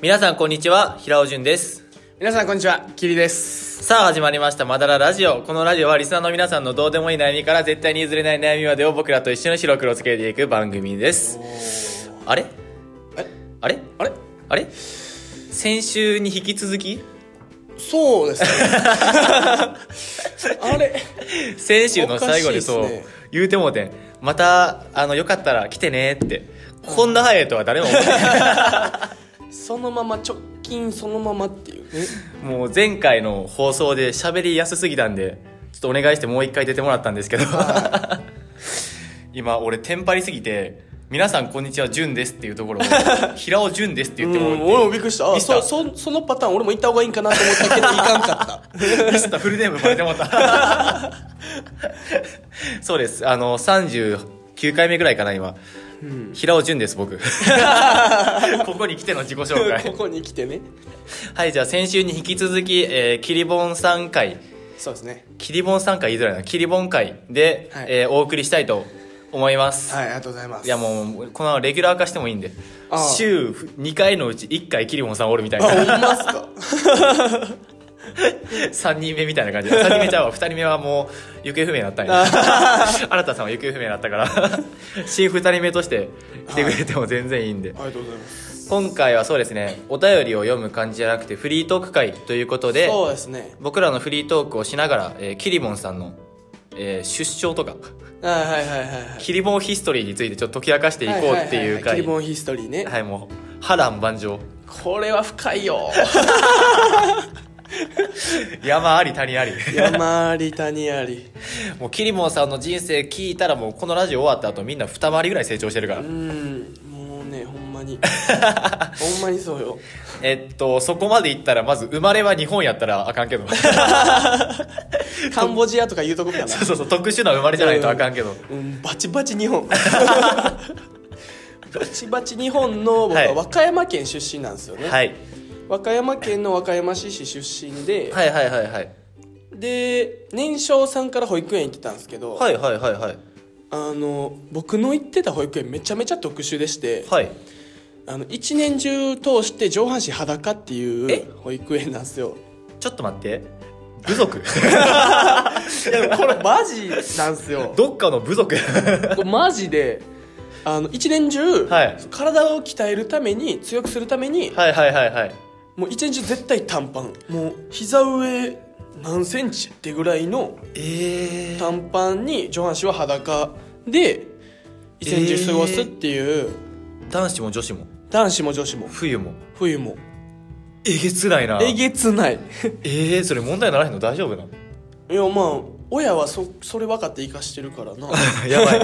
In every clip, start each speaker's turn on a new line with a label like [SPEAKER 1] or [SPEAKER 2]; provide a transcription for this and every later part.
[SPEAKER 1] 皆さんこんにちは平尾潤です
[SPEAKER 2] 皆さんこんにちはキリです
[SPEAKER 1] さあ始まりました「まだらラジオ」このラジオはリスナーの皆さんのどうでもいい悩みから絶対に譲れない悩みまでを僕らと一緒に白黒つけていく番組ですあれ
[SPEAKER 2] え
[SPEAKER 1] あれ
[SPEAKER 2] あれ
[SPEAKER 1] あれ先週に引き続き
[SPEAKER 2] そう ですねあれ
[SPEAKER 1] 先週の最後にそ
[SPEAKER 2] お
[SPEAKER 1] う、
[SPEAKER 2] かしいっすね
[SPEAKER 1] 言うてもうてんまたあのよかったら来てねってこんな早いとは誰も思ってない
[SPEAKER 2] そのまま直近そのままっていうね
[SPEAKER 1] もう前回の放送で喋りやすすぎたんでちょっとお願いしてもう一回出てもらったんですけど今俺テンパりすぎて「皆さんこんにちはじゅんです」っていうところを「平尾じゅんです」って言っても
[SPEAKER 2] うん俺もびっくりしたあ
[SPEAKER 1] ミスタ
[SPEAKER 2] そ
[SPEAKER 1] ー
[SPEAKER 2] そそのパターン俺も行った方がいいんかなと思ったけど行かん かっ
[SPEAKER 1] ミスターフルネームバレてもった。そうです。あの、39回目ぐらいかな、今。平尾淳です、 僕。ここに来ての自己紹
[SPEAKER 2] たこ
[SPEAKER 1] 介。
[SPEAKER 2] こに来てね
[SPEAKER 1] はい、じゃあ先週に引き続き、えー、キリボンさん会、
[SPEAKER 2] そうですね
[SPEAKER 1] キリボンさん会言いづらいな、キリボン会で、
[SPEAKER 2] はい
[SPEAKER 1] えーお送りしたいと思います。
[SPEAKER 2] はいありがとうございます
[SPEAKER 1] いやもうこのままレギュラー化してもいいんで
[SPEAKER 2] ああ
[SPEAKER 1] 週2回のうち1回キリボンさんおるみたい
[SPEAKER 2] あ
[SPEAKER 1] な
[SPEAKER 2] ほんまっすか
[SPEAKER 1] 3人目みたいな感じで3人目ち ゃうわ2人目はもう行方不明になったんや新田さんは行方不明になったから新2人目として来てくれても全然いいんで
[SPEAKER 2] ありがとうございます
[SPEAKER 1] 今回はそうですねお便りを読む感じじゃなくてフリートーク会ということで
[SPEAKER 2] そうですね
[SPEAKER 1] 僕らのフリートークをしながら、えーキリボンさんの、えー出生とか
[SPEAKER 2] はいはいはいはいはい
[SPEAKER 1] キリボンヒストリーについてちょっと解き明かしていこうっていう
[SPEAKER 2] ははははキ
[SPEAKER 1] 回
[SPEAKER 2] リボンヒストリーね
[SPEAKER 1] はいもう波乱万丈
[SPEAKER 2] これは深いよ
[SPEAKER 1] 山あり谷あり
[SPEAKER 2] 山あり谷あり
[SPEAKER 1] もうキリボンさんの人生聞いたらもうこのラジオ終わった後みんな二回りぐらい成長してるから
[SPEAKER 2] うんもうねほんまにほんまにそうよ
[SPEAKER 1] えっとそこまでいったらまず生まれは日本やったらあかんけど そ
[SPEAKER 2] カンボジアとかいうとこみたいな
[SPEAKER 1] うそうそう特殊な生まれじゃないとあかんけど
[SPEAKER 2] うんバチバチ日 本バチバチ日本の僕
[SPEAKER 1] は
[SPEAKER 2] はい和歌山県出身なんですよね、
[SPEAKER 1] はい
[SPEAKER 2] 和歌山県の和歌山市市出身で、
[SPEAKER 1] はいはいはいはい
[SPEAKER 2] で年少さんから保育園行ってたんですけど、
[SPEAKER 1] はいはいはいはい
[SPEAKER 2] あの僕の行ってた保育園めちゃめちゃ特殊でして、
[SPEAKER 1] はい
[SPEAKER 2] あの一年中通して上半身裸ってい
[SPEAKER 1] え
[SPEAKER 2] う保育園なんですよ
[SPEAKER 1] ちょっと待って部族
[SPEAKER 2] いやでもこれマジなんですよ
[SPEAKER 1] どっかの部 族
[SPEAKER 2] これマジであの一年中、
[SPEAKER 1] はい
[SPEAKER 2] 体を鍛えるために強くするために、
[SPEAKER 1] はいはいはいはい
[SPEAKER 2] もう一年中絶対短パンもう膝上何センチってぐらいの
[SPEAKER 1] えー、
[SPEAKER 2] 短パンに上半身は裸で一年中過ごすっていう、
[SPEAKER 1] 男子も女子も
[SPEAKER 2] 男子も女子も
[SPEAKER 1] 冬も
[SPEAKER 2] 冬も
[SPEAKER 1] えげつないな
[SPEAKER 2] えげつない
[SPEAKER 1] えー、それ問題にならへんの大丈夫なの
[SPEAKER 2] いやまあ親はそそれ分かって生かしてるからな
[SPEAKER 1] やばい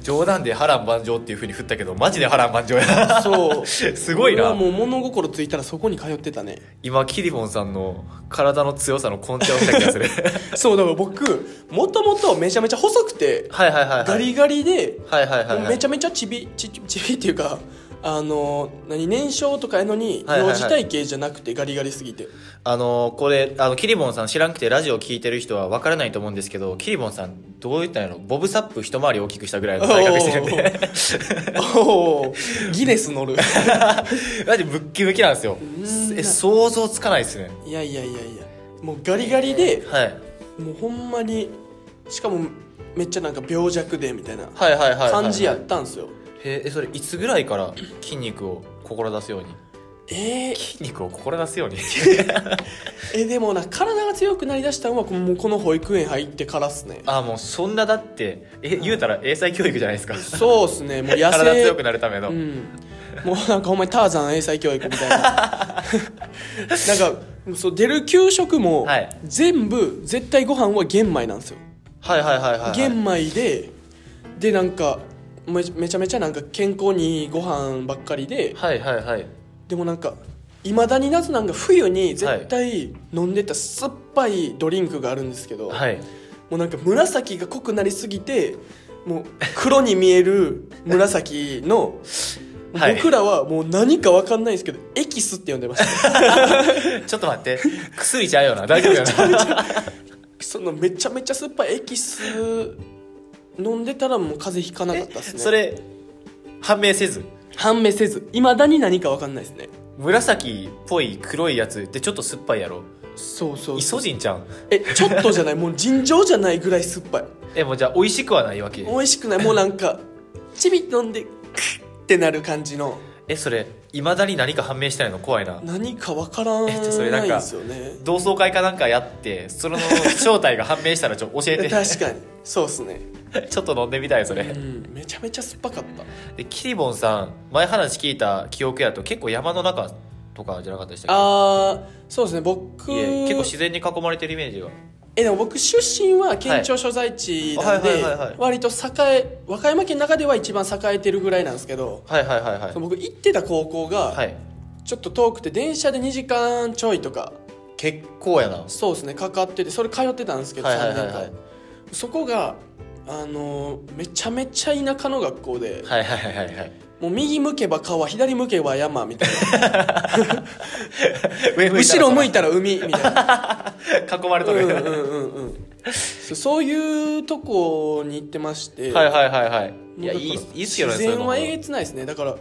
[SPEAKER 1] 冗談で波乱万丈っていうふうに振ったけどマジで波乱万丈や
[SPEAKER 2] そう
[SPEAKER 1] すごいな
[SPEAKER 2] 俺はもう物心ついたらそこに通ってたね
[SPEAKER 1] 今キリボンさんの体の強さの根底をした気がする
[SPEAKER 2] そうだから僕もともとめちゃめちゃ細くて
[SPEAKER 1] はいはいはいはい
[SPEAKER 2] ガリガリで
[SPEAKER 1] はいはいはい、
[SPEAKER 2] もう
[SPEAKER 1] はい
[SPEAKER 2] めちゃめちゃちびちちちびっていうかあの何年少とかやのに
[SPEAKER 1] はいはい
[SPEAKER 2] 幼
[SPEAKER 1] はい
[SPEAKER 2] 児体型じゃなくてガリガリ すぎて、
[SPEAKER 1] あのーこれあのキリボンさん知らんくてラジオ聞いてる人は分からないと思うんですけどキリボンさんどう言ったんやろボブサップ一回り大きくしたぐらいの体格してるんで
[SPEAKER 2] おおギネス乗る
[SPEAKER 1] マジムッキムキなんですよ
[SPEAKER 2] ん
[SPEAKER 1] え想像つかないですね
[SPEAKER 2] いやいやいやいやもうガリガリで
[SPEAKER 1] はい
[SPEAKER 2] もうほんまにしかもめっちゃなんか病弱でみたいな
[SPEAKER 1] はいはいはいはい
[SPEAKER 2] 感じやったんすよ、
[SPEAKER 1] へえそれいつぐらいから筋肉を志すように
[SPEAKER 2] えー
[SPEAKER 1] 筋肉を志すように
[SPEAKER 2] えでもな体が強くなりだしたのはもうこの保育園入ってからっすね
[SPEAKER 1] あもうそんなだってえ言うたら英才教育じゃないですか
[SPEAKER 2] そうっすねもう野
[SPEAKER 1] 体
[SPEAKER 2] 生
[SPEAKER 1] 強くなるための、
[SPEAKER 2] うん、もうなんかほんまにターザン英才教育みた いななんかそう出る給食も
[SPEAKER 1] はい
[SPEAKER 2] 全部絶対ご飯は玄米なんですよ、
[SPEAKER 1] はいはいはいはいはい
[SPEAKER 2] 玄米ででなんかめめちゃめちゃなんか健康にいいご飯ばっかりで
[SPEAKER 1] はいはいはい
[SPEAKER 2] でもなんかいまだに夏なんか冬に絶対飲んでた酸っぱいドリンクがあるんですけど、
[SPEAKER 1] はい
[SPEAKER 2] もうなんか紫が濃くなりすぎてもう黒に見える紫の
[SPEAKER 1] はい
[SPEAKER 2] 僕らはもう何か分かんないんですけどエキスって呼んでました
[SPEAKER 1] ちょっと待って薬ちゃうよな大丈夫よ な
[SPEAKER 2] そのめちゃめちゃ酸っぱいエキス飲んでたらもう風邪ひかなかったですね
[SPEAKER 1] それ判明せず
[SPEAKER 2] 判明せずいまだに何か分かんないですね
[SPEAKER 1] 紫っぽい黒いやつってちょっと酸っぱいやろ
[SPEAKER 2] そうそう
[SPEAKER 1] イソジンちゃん
[SPEAKER 2] えちょっとじゃないもう尋常じゃないぐらい酸っぱい
[SPEAKER 1] えもうじゃあ美味しくはないわけ
[SPEAKER 2] 美味しくないもうなんかチビ飲んでクッってなる感じの
[SPEAKER 1] えそれいまだに何か判明してないの怖いな
[SPEAKER 2] 何かわから
[SPEAKER 1] えそれな
[SPEAKER 2] なんい
[SPEAKER 1] か
[SPEAKER 2] ですよね
[SPEAKER 1] 同窓会かなんかやってその正体が判明したらちょっと教え
[SPEAKER 2] 確
[SPEAKER 1] て
[SPEAKER 2] かにそうっすね
[SPEAKER 1] ちょっと飲んでみたいそれ、
[SPEAKER 2] うんめちゃめちゃ酸っぱかった
[SPEAKER 1] でキリボンさん前話聞いた記憶やと結構山の中とかじゃなかったでしたっ
[SPEAKER 2] あーそうですね僕
[SPEAKER 1] けいえ結構自然に囲まれてるイメージが
[SPEAKER 2] えでも僕出身は県庁所在地なん
[SPEAKER 1] はい
[SPEAKER 2] で
[SPEAKER 1] はいはいはいはい
[SPEAKER 2] 割と栄え和歌山県の中では一番栄えてるぐらいなんですけど
[SPEAKER 1] はいはいはいはい
[SPEAKER 2] その僕行ってた高校
[SPEAKER 1] は
[SPEAKER 2] が
[SPEAKER 1] い
[SPEAKER 2] ちょっと遠くて電車で2時間ちょいとか
[SPEAKER 1] 結構やな
[SPEAKER 2] そうですねかかっててそれ通ってたんですけど
[SPEAKER 1] はいはい
[SPEAKER 2] 3
[SPEAKER 1] はいはい
[SPEAKER 2] 年間そこがあのーめちゃめちゃ田舎の学校で
[SPEAKER 1] はいはいはいはいはい
[SPEAKER 2] もう右向けば川左向けば山みたい
[SPEAKER 1] 上
[SPEAKER 2] な後ろ向い
[SPEAKER 1] た
[SPEAKER 2] たら海みたいな
[SPEAKER 1] ら囲まれとる、
[SPEAKER 2] うんうんうんうんそそういうとこに行ってまして
[SPEAKER 1] はいはいはいはいいや
[SPEAKER 2] も
[SPEAKER 1] いう
[SPEAKER 2] だ
[SPEAKER 1] い
[SPEAKER 2] から
[SPEAKER 1] いいっすよね
[SPEAKER 2] 自然は
[SPEAKER 1] そう
[SPEAKER 2] え
[SPEAKER 1] い
[SPEAKER 2] げ
[SPEAKER 1] う
[SPEAKER 2] つないですねだから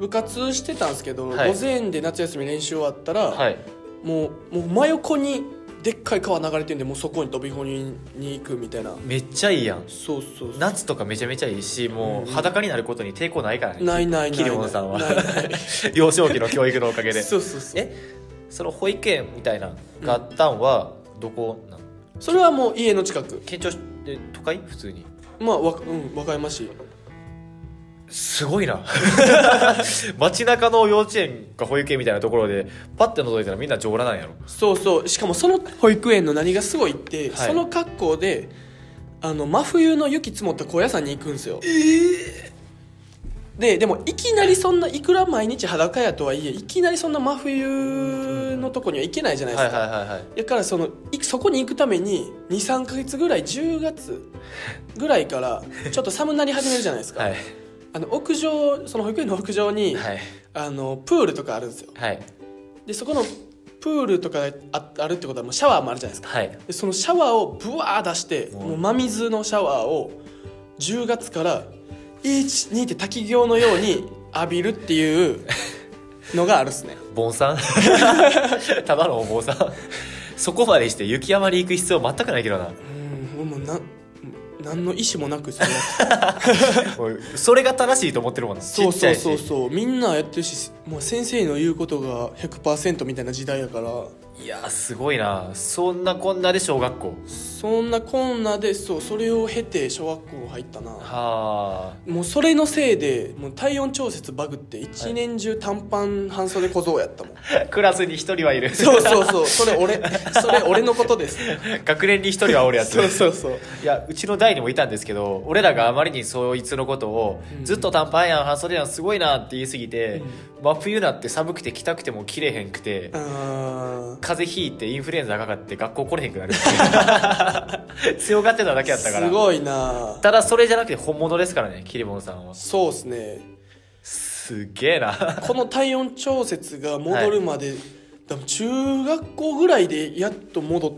[SPEAKER 2] 部活してたんですけど、
[SPEAKER 1] はい
[SPEAKER 2] 午前で夏休み練習終わったら、
[SPEAKER 1] のはい
[SPEAKER 2] もうもう真横にでっかい川流れてんでもうそこに飛び込みに行くみたいな
[SPEAKER 1] めっちゃいいやん
[SPEAKER 2] そうそうそう
[SPEAKER 1] 夏とかめちゃめちゃいいしもう裸になることに抵抗ないからね
[SPEAKER 2] ないないないない
[SPEAKER 1] キリボンさんは
[SPEAKER 2] ないな
[SPEAKER 1] 幼少期の教育のおかげ で
[SPEAKER 2] そうそうそう
[SPEAKER 1] えその保育園みたいなのがあったんはどこなん
[SPEAKER 2] それはもう家の近く
[SPEAKER 1] 県庁で都会普通に
[SPEAKER 2] まあわ、うん、和歌山市
[SPEAKER 1] すごいな 街中の幼稚園か保育園みたいなところでパッて覗いたらみんな上羅なんやろ
[SPEAKER 2] そうそうしかもその保育園の何がすごいって、
[SPEAKER 1] はい
[SPEAKER 2] その格好であの真冬の雪積もった高野山に行くんですよででもいきなりそんないくら毎日裸やとはいえいきなりそんな真冬のとこには行けないじゃないで
[SPEAKER 1] はい
[SPEAKER 2] す
[SPEAKER 1] はい
[SPEAKER 2] か、
[SPEAKER 1] はいはい
[SPEAKER 2] だからそのいそこに行くために23か月ぐらい10月ぐらいからちょっと寒なり始めるじゃないですか、
[SPEAKER 1] はい
[SPEAKER 2] あの屋上その保育園の屋上に、
[SPEAKER 1] はい
[SPEAKER 2] あのプールとかあるんですよ
[SPEAKER 1] はい
[SPEAKER 2] でそこのプールとかああるってことはもうシャワーもあるじゃないですか
[SPEAKER 1] はい
[SPEAKER 2] でそのシャワーをブワー出して
[SPEAKER 1] うん
[SPEAKER 2] もう真水のシャワーを10月から12って滝行のように浴びるっていうのがあるっすね
[SPEAKER 1] 坊 さんただのお坊さんそこまでして雪山に行く必要全くないけどな
[SPEAKER 2] うんもうな何の意思もなくそれやって
[SPEAKER 1] おいそれが正しいと思ってるもんな
[SPEAKER 2] そう
[SPEAKER 1] ちっち
[SPEAKER 2] そ
[SPEAKER 1] ゃ
[SPEAKER 2] う
[SPEAKER 1] いし
[SPEAKER 2] そうそうみんなやってるしもう先生の言うことが100%みたいな時代やから
[SPEAKER 1] いやーすごいなそんなこんなで小学校
[SPEAKER 2] そんなこんなでそうそれを経て小学校入ったな
[SPEAKER 1] は
[SPEAKER 2] もうそれのせいでもう体温調節バグって一年中短パン半袖小僧やったもん、
[SPEAKER 1] あクラスに一人はいる
[SPEAKER 2] そうそうそうそれ俺それ俺のことです
[SPEAKER 1] 学年に一人はおるやつ
[SPEAKER 2] そうそうそう
[SPEAKER 1] いやうちの代にもいたんですけど俺らがあまりにそいつのことを、
[SPEAKER 2] うん
[SPEAKER 1] ずっと短パンやん半袖やんすごいなって言い過ぎて、
[SPEAKER 2] う
[SPEAKER 1] 真冬なって寒くて着たくても着れへんくて、
[SPEAKER 2] あー
[SPEAKER 1] 風邪ひいてインフルエンザかかって学校来れへんくなるっていう 強がってただけやったから
[SPEAKER 2] すごいな
[SPEAKER 1] ただそれじゃなくて本物ですからねキリボンさんは
[SPEAKER 2] そうですね
[SPEAKER 1] すげえな
[SPEAKER 2] この体温調節が戻るまで、多分中学校ぐらいでやっと戻っ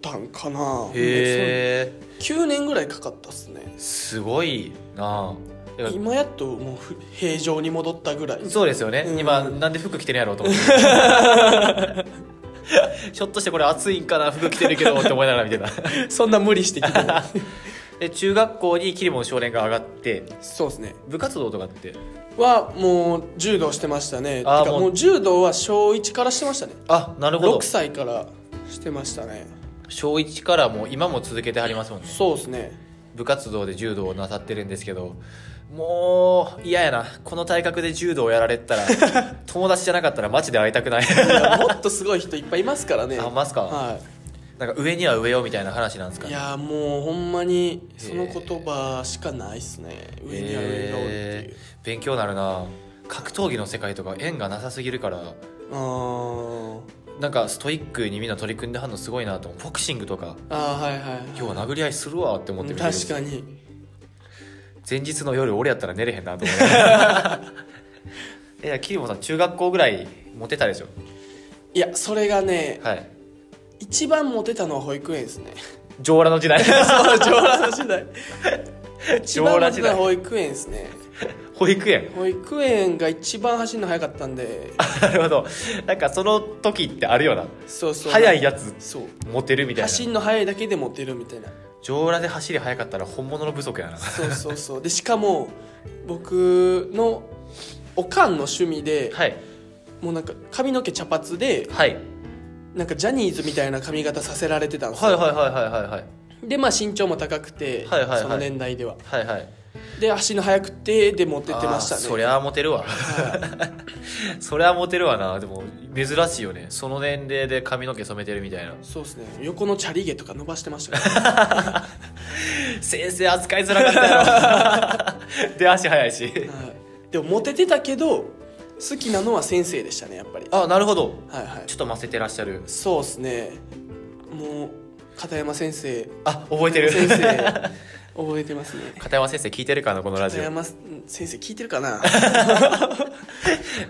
[SPEAKER 2] たんかな
[SPEAKER 1] へえ
[SPEAKER 2] 9年ぐらいかかったっすね
[SPEAKER 1] すごいなあ
[SPEAKER 2] 今やっともうふ平常に戻ったぐらい
[SPEAKER 1] そうですよね、
[SPEAKER 2] うん
[SPEAKER 1] 今なんで服着てるやろうと思って ひょっとしてこれ暑いんかな服着てるけどって思いながら見て た
[SPEAKER 2] そんな無理してきて
[SPEAKER 1] で中学校にキリボン少年が上がって
[SPEAKER 2] そうですね
[SPEAKER 1] 部活動とかって
[SPEAKER 2] はもう柔道してましたね
[SPEAKER 1] あー
[SPEAKER 2] てか
[SPEAKER 1] もう
[SPEAKER 2] もう柔道は小1からしてましたね
[SPEAKER 1] あなるほど
[SPEAKER 2] 6歳からしてましたね
[SPEAKER 1] 小1からもう今も続けてはりますもんね
[SPEAKER 2] そうですね
[SPEAKER 1] 部活動で柔道をなさってるんですけどもう嫌やなこの体格で柔道をやられてた ら友達じゃなかったらマジで会いたく ない
[SPEAKER 2] いやもっとすごい人いっぱいいますからね
[SPEAKER 1] あますか
[SPEAKER 2] は
[SPEAKER 1] なんか上には上よみたいな話なんですか
[SPEAKER 2] い、いやもうほんまにその言葉しかないっすね上には上がおるっていう
[SPEAKER 1] え、ー勉強になるな格闘技の世界とか縁がなさすぎるから
[SPEAKER 2] あー、
[SPEAKER 1] なんかストイックにみんな取り組んではんのすごいなと思うボクシングとか
[SPEAKER 2] あーはいはい
[SPEAKER 1] 今日は殴り合いするわって思って見てる
[SPEAKER 2] 確かに
[SPEAKER 1] 前日の夜俺やったら寝れへんなと思って いやキリボンさん中学校ぐらいモテたでしょ
[SPEAKER 2] いやそれがね
[SPEAKER 1] はい
[SPEAKER 2] 一番モテたのは保育園ですね
[SPEAKER 1] 上羅の時代
[SPEAKER 2] そう上羅の時代一
[SPEAKER 1] 上
[SPEAKER 2] 番
[SPEAKER 1] 羅
[SPEAKER 2] モ
[SPEAKER 1] 時
[SPEAKER 2] テ
[SPEAKER 1] 代
[SPEAKER 2] たのは保育園ですね
[SPEAKER 1] 保育園
[SPEAKER 2] 保育園が一番走るの早かったんで
[SPEAKER 1] なるほどなんかその時ってあるよな
[SPEAKER 2] そうそう
[SPEAKER 1] 速いやつ
[SPEAKER 2] そう
[SPEAKER 1] モテるみたいな
[SPEAKER 2] 走るの速いだけでモテるみたいな
[SPEAKER 1] 上裸で走り速かったら本物の不足やな
[SPEAKER 2] そうそうそうでしかも僕のおかんの趣味で、
[SPEAKER 1] はい
[SPEAKER 2] もうなんか髪の毛茶髪で
[SPEAKER 1] はい
[SPEAKER 2] なんかジャニーズみたいな髪型させられてたんですよ、
[SPEAKER 1] はいはいはいはいはいはい
[SPEAKER 2] でまあ身長も高くて、
[SPEAKER 1] はいはいはい
[SPEAKER 2] その年代では
[SPEAKER 1] はいはい
[SPEAKER 2] で足の速くてでモテてました
[SPEAKER 1] あー
[SPEAKER 2] ね
[SPEAKER 1] そりゃモテるわ そりゃモテるわなでも珍しいよねその年齢で髪の毛染めてるみたいな
[SPEAKER 2] そうですね横のチャリ毛とか伸ばしてましたから
[SPEAKER 1] 先生扱いづらか ったよで足速いし
[SPEAKER 2] はいでもモテてたけど好きなのは先生でしたねやっぱり
[SPEAKER 1] あなるほど
[SPEAKER 2] はいはい
[SPEAKER 1] ちょっとませてらっしゃる
[SPEAKER 2] そうですねもう片山先生
[SPEAKER 1] あ覚えてる
[SPEAKER 2] 先生覚えてますね
[SPEAKER 1] 片山先生聞いてるかなこのラジ
[SPEAKER 2] 片
[SPEAKER 1] オ
[SPEAKER 2] 山先生聞いてるかな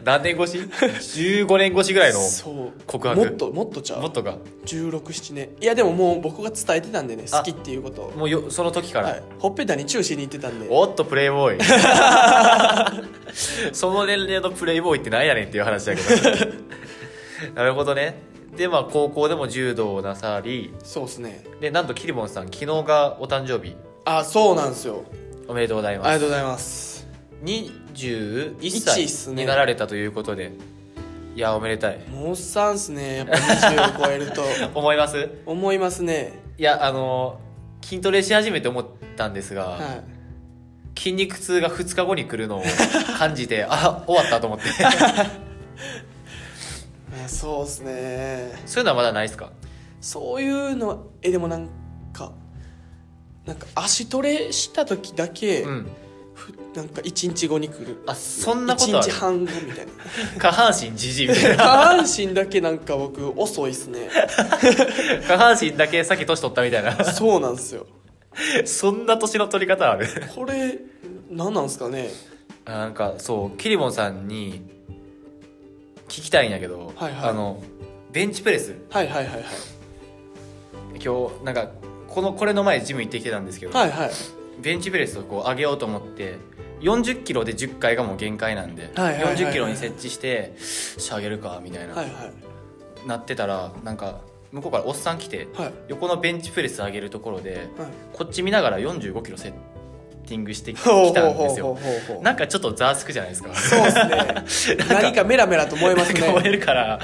[SPEAKER 1] 何年越し15年越しぐらいの
[SPEAKER 2] そう
[SPEAKER 1] 告白
[SPEAKER 2] もっともっとちゃ
[SPEAKER 1] もっ
[SPEAKER 2] う
[SPEAKER 1] とか
[SPEAKER 2] 1617年いやでももう僕が伝えてたんでね好きっていうことを
[SPEAKER 1] もうよその時から、
[SPEAKER 2] はい、ほっぺたにチューしに行ってたんで
[SPEAKER 1] おっとプレイボーイ その年齢のプレイボーイって何やねんっていう話だ けどなるほどねでまあ高校でも柔道をなさり
[SPEAKER 2] そうっすね
[SPEAKER 1] でなんとキリボンさん昨日がお誕生日
[SPEAKER 2] あそうなんですよ
[SPEAKER 1] おめでとうござい
[SPEAKER 2] あり
[SPEAKER 1] ま
[SPEAKER 2] が
[SPEAKER 1] す
[SPEAKER 2] とうございます
[SPEAKER 1] 21
[SPEAKER 2] 一っ
[SPEAKER 1] 歳
[SPEAKER 2] すね
[SPEAKER 1] になられたということで、いやおめでたい
[SPEAKER 2] もうおっさんっすねやっぱ20を超え ると
[SPEAKER 1] 思います
[SPEAKER 2] 思いますね
[SPEAKER 1] いやあの筋トレし始めて思ったんですが、
[SPEAKER 2] は
[SPEAKER 1] 筋肉痛が2日後に来るのを感じてあ終わったと 思って
[SPEAKER 2] いいやそうっすね
[SPEAKER 1] そういうのはまだないですか
[SPEAKER 2] そういうのはえでもなんかなんか足トレした時だけ、
[SPEAKER 1] うん
[SPEAKER 2] ふなんか1日後に来る
[SPEAKER 1] あそんなことあ
[SPEAKER 2] 1日
[SPEAKER 1] る
[SPEAKER 2] 半後みたいな
[SPEAKER 1] 下半身じじいみたいな
[SPEAKER 2] 下半身だけなんか僕遅いっすね
[SPEAKER 1] 下半身だけさっき年取ったみたいな
[SPEAKER 2] そうなんですよ
[SPEAKER 1] そんな年の取り方ある
[SPEAKER 2] これ何なんですかね
[SPEAKER 1] なんかそうキリボンさんに聞きたいんやけど、
[SPEAKER 2] はいはい
[SPEAKER 1] あのベンチプレス
[SPEAKER 2] はいはいはいはい
[SPEAKER 1] 今日なんかこのこれの前ジム行ってきてたんですけど、
[SPEAKER 2] はいはい
[SPEAKER 1] ベンチプレスをこう上げようと思って40キロで10回がもう限界なんで、
[SPEAKER 2] はいはいはいはい
[SPEAKER 1] 40キロに設置してしゃげるかみたいな、
[SPEAKER 2] はいはい
[SPEAKER 1] なってたらなんか向こうからおっさん来て、
[SPEAKER 2] はい
[SPEAKER 1] 横のベンチプレス上げるところで
[SPEAKER 2] はい
[SPEAKER 1] こっち見ながら4 5キロセッティングしてき
[SPEAKER 2] ほう
[SPEAKER 1] た
[SPEAKER 2] ほうん
[SPEAKER 1] で
[SPEAKER 2] ほう
[SPEAKER 1] す
[SPEAKER 2] ほう
[SPEAKER 1] よ
[SPEAKER 2] ほうほう
[SPEAKER 1] なんかちょっとざわつくじゃないですか
[SPEAKER 2] そうですね何かメラメラと燃えますね
[SPEAKER 1] なんか燃えるから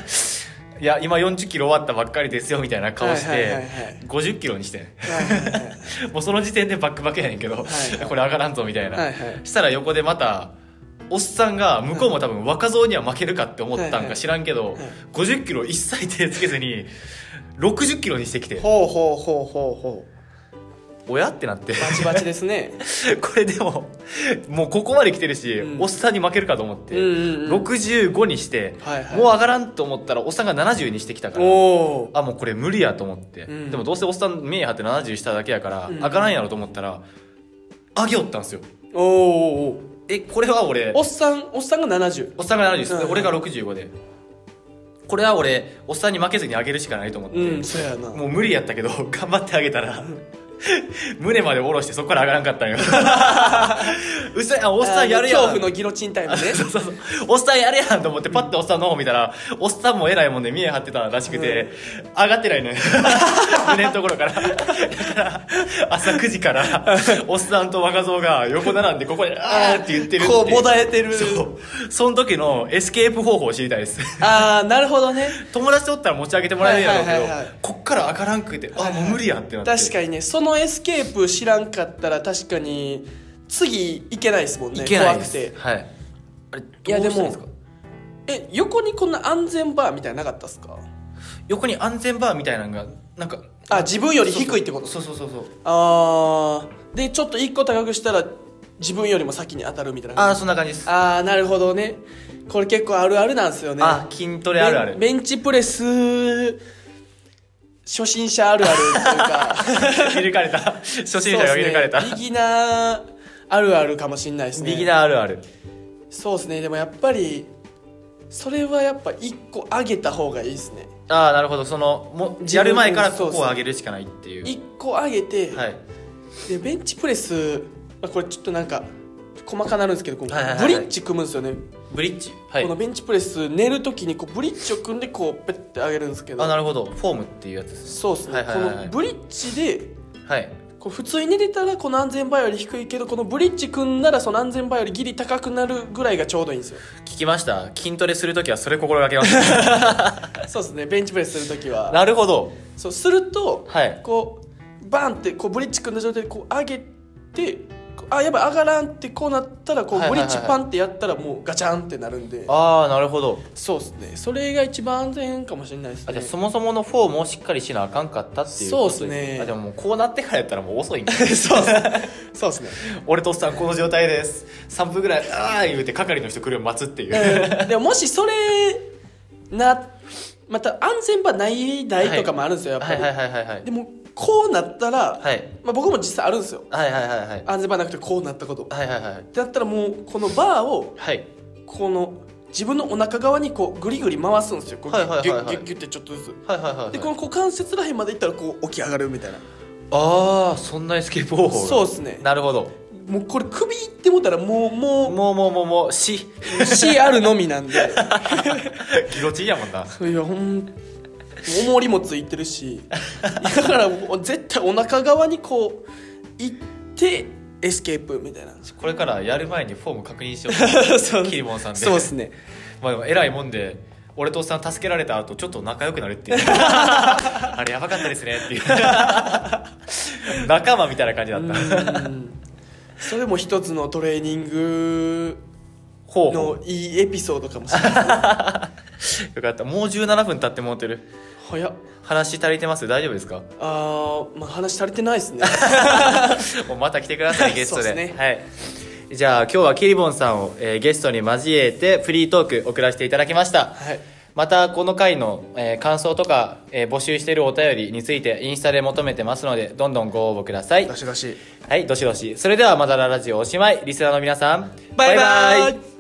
[SPEAKER 1] いや今4 0キロ終わったばっかりですよみたいな顔して、
[SPEAKER 2] はいはいはいはい
[SPEAKER 1] 5 0キロにしてん
[SPEAKER 2] はいはいはい
[SPEAKER 1] もうその時点でバックバックやねんけど、
[SPEAKER 2] はいはい
[SPEAKER 1] これ上がらんぞみたいな、
[SPEAKER 2] はいはい
[SPEAKER 1] したら横でまたおっさんが向こうも多分若造には負けるかって思った
[SPEAKER 2] は
[SPEAKER 1] ん
[SPEAKER 2] いは
[SPEAKER 1] か
[SPEAKER 2] い
[SPEAKER 1] 知らんけど、
[SPEAKER 2] はい
[SPEAKER 1] 50キロ一切手つけずに60キロにしてきて
[SPEAKER 2] ほうほうほうほうほう
[SPEAKER 1] 親ってなって
[SPEAKER 2] バチバチですね
[SPEAKER 1] これでももうここまで来てるし、
[SPEAKER 2] うん
[SPEAKER 1] おっさんに負けるかと思って、
[SPEAKER 2] うんうんうん
[SPEAKER 1] 65にして、
[SPEAKER 2] はいはい
[SPEAKER 1] もう上がらんと思ったらおっさんが70にしてきたから
[SPEAKER 2] おお
[SPEAKER 1] あもうこれ無理やと思って、
[SPEAKER 2] うん
[SPEAKER 1] でもどうせおっさん目張って70しただけやから、
[SPEAKER 2] うん
[SPEAKER 1] 上がらんやろと思ったら上げよったんですよ
[SPEAKER 2] おおお
[SPEAKER 1] えこれは俺
[SPEAKER 2] おっさんおっさんが70
[SPEAKER 1] おっさんが70です、
[SPEAKER 2] うんうん
[SPEAKER 1] 俺が65でこれは俺おっさんに負けずに上げるしかないと思って、
[SPEAKER 2] うんそうやな
[SPEAKER 1] もう無理やったけど 頑張ってあげた ら胸まで下ろしてそこから上がらんかったんようっさんあおっさんやるやん
[SPEAKER 2] 恐怖のギロチンタイムね
[SPEAKER 1] そうそうそうおっさんやるやんと思ってパッておっさんの方見たらおっさんも偉いもんで見え張ってたらしくて、上がってないのよ 胸のところからだから朝9時からおっさんと若造が横並んでここで「あー」って言ってるって
[SPEAKER 2] こうもだえてる
[SPEAKER 1] そうその時のエスケープ方法を知りたいです
[SPEAKER 2] ああなるほどね
[SPEAKER 1] 友達とおったら持ち上げてもらえるやろうけど、
[SPEAKER 2] はいはいはいはい
[SPEAKER 1] こっから上がらんくてあもう無理やってなって
[SPEAKER 2] 確かにねそのエスケープ知らんかったら確かに次いけないですもんね
[SPEAKER 1] いけないで
[SPEAKER 2] 怖く
[SPEAKER 1] す
[SPEAKER 2] て
[SPEAKER 1] はいあれ
[SPEAKER 2] いや
[SPEAKER 1] ど
[SPEAKER 2] で
[SPEAKER 1] うしたん
[SPEAKER 2] も
[SPEAKER 1] ですか
[SPEAKER 2] え横にこんな安全バーみたいなのなかったっすか
[SPEAKER 1] 横に安全バーみたいなのがなんか
[SPEAKER 2] あ自分より低いってこと
[SPEAKER 1] そうそうそうそう
[SPEAKER 2] あーでちょっと一個高くしたら自分よりも先に当たるみたいな
[SPEAKER 1] あ
[SPEAKER 2] あ
[SPEAKER 1] あそんな感じです
[SPEAKER 2] あーなるほどねこれ結構あるあるなんですよね
[SPEAKER 1] あ筋トレあるある
[SPEAKER 2] ベンベンチプレス初心者あるあるというか
[SPEAKER 1] 見抜か れた初心者が見抜かれた、
[SPEAKER 2] そうっすねビギナーあるあるかもしれないですね
[SPEAKER 1] ビギナーあるある
[SPEAKER 2] そうですねでもやっぱりそれはやっぱ一個上げた方がいいですね
[SPEAKER 1] ああなるほどそのも
[SPEAKER 2] 自分
[SPEAKER 1] やる前から
[SPEAKER 2] そう
[SPEAKER 1] こ
[SPEAKER 2] そう
[SPEAKER 1] こを上げるしかないっていう
[SPEAKER 2] 一個上げて、
[SPEAKER 1] はい
[SPEAKER 2] でベンチプレス、まあ、これちょっとなんか細かなるんですけどこう
[SPEAKER 1] はいはいはい
[SPEAKER 2] ブリッジ組むんですよね、
[SPEAKER 1] ブリッジはい
[SPEAKER 2] このベンチプレス寝る時にこうブリッジを組んでこうペッて上げるんですけど
[SPEAKER 1] あなるほどフォームっていうやつです
[SPEAKER 2] そうですね、
[SPEAKER 1] はいはいはいはい
[SPEAKER 2] このブリッジで
[SPEAKER 1] はい
[SPEAKER 2] こう普通に寝てたらこの安全バーより低いけどこのブリッジ組んだらその安全バーよりギリ高くなるぐらいがちょうどいいんですよ
[SPEAKER 1] 聞きました筋トレするときはそれ心がけま した
[SPEAKER 2] そうですねベンチプレスする時は
[SPEAKER 1] なるほ ど
[SPEAKER 2] そうすると、
[SPEAKER 1] はい
[SPEAKER 2] こうバーンってこうブリッジ組んだ状態でこう上げてこうあやばい上がらんってこうなったらこう
[SPEAKER 1] はい
[SPEAKER 2] ブ
[SPEAKER 1] はい
[SPEAKER 2] リ
[SPEAKER 1] は
[SPEAKER 2] ッ
[SPEAKER 1] いはい
[SPEAKER 2] ジパンってやったらもうガチャンってなるんで、
[SPEAKER 1] ああなるほど
[SPEAKER 2] そうですねそれが一番安全かもしれないです
[SPEAKER 1] あ
[SPEAKER 2] ね
[SPEAKER 1] じゃあそもそものフォームをしっかりしなあかんかったっていうこと
[SPEAKER 2] そうっすね
[SPEAKER 1] あでももうこうなってからやったらもう遅いん だ
[SPEAKER 2] そうそうですね、
[SPEAKER 1] 俺とおっさんこの状態です3分ぐらいああ言うて係の人来るの待つっていう、
[SPEAKER 2] えーでももしそれなまた安全場ないないとかもあるんですよやっぱ
[SPEAKER 1] は
[SPEAKER 2] り、
[SPEAKER 1] いはいはいはいはい
[SPEAKER 2] でもこうなったら、
[SPEAKER 1] はい
[SPEAKER 2] まあ、僕も実際あるんですよ
[SPEAKER 1] はいはいはいはい
[SPEAKER 2] 安全場なくてこうなったことっ
[SPEAKER 1] はいはいはい
[SPEAKER 2] てなったらもうこのバーを
[SPEAKER 1] はい
[SPEAKER 2] この自分のお腹側にこうグリグリ回すんですよこうギ
[SPEAKER 1] はい
[SPEAKER 2] ュ
[SPEAKER 1] はい
[SPEAKER 2] ッ
[SPEAKER 1] はい
[SPEAKER 2] ギ
[SPEAKER 1] は
[SPEAKER 2] ュ
[SPEAKER 1] い
[SPEAKER 2] ッギュッギュッってちょっとずつ
[SPEAKER 1] はいはいはい
[SPEAKER 2] でこの股関節らへんまでいったらこう起き上がるみたいな
[SPEAKER 1] ああそんなエスケープ方法が
[SPEAKER 2] そうですね
[SPEAKER 1] なるほど
[SPEAKER 2] もうこれ首いってもうたらもう
[SPEAKER 1] も
[SPEAKER 2] も
[SPEAKER 1] うもうもうもうし
[SPEAKER 2] う C あるのみなんでいや
[SPEAKER 1] ギロチンやもんな
[SPEAKER 2] ほん重りもついてるしだからもう絶対お腹側にこう行ってエスケープみたいな
[SPEAKER 1] これからやる前にフォーム確認しよ
[SPEAKER 2] そう
[SPEAKER 1] キリモンさんで
[SPEAKER 2] そうですね
[SPEAKER 1] まあでも偉いもんで俺とおっさん助けられた後ちょっと仲良くなるっていう あれやばかったですねっていう 仲間みたいな感じだった
[SPEAKER 2] うんそれも一つのトレーニング
[SPEAKER 1] ほうほ
[SPEAKER 2] のいいエピソードかもしれない
[SPEAKER 1] うよかったもう17分経ってもうてる
[SPEAKER 2] 早っ
[SPEAKER 1] 話足りてます大丈夫ですか
[SPEAKER 2] あーまあ話足りてない ですね
[SPEAKER 1] もうまた来てくだ さいゲストで
[SPEAKER 2] そうですね
[SPEAKER 1] はいじゃあ今日はキリボンさんを、えーゲストに交えてフリートーク送らせていただきました
[SPEAKER 2] はい
[SPEAKER 1] またこの回の、えー感想とか、えー募集しているお便りについてインスタで求めてますのでどんどんご応募ください
[SPEAKER 2] しだし
[SPEAKER 1] はいどしどしそれではまだらラジオおしまいリスナーの皆さん
[SPEAKER 2] バイバイ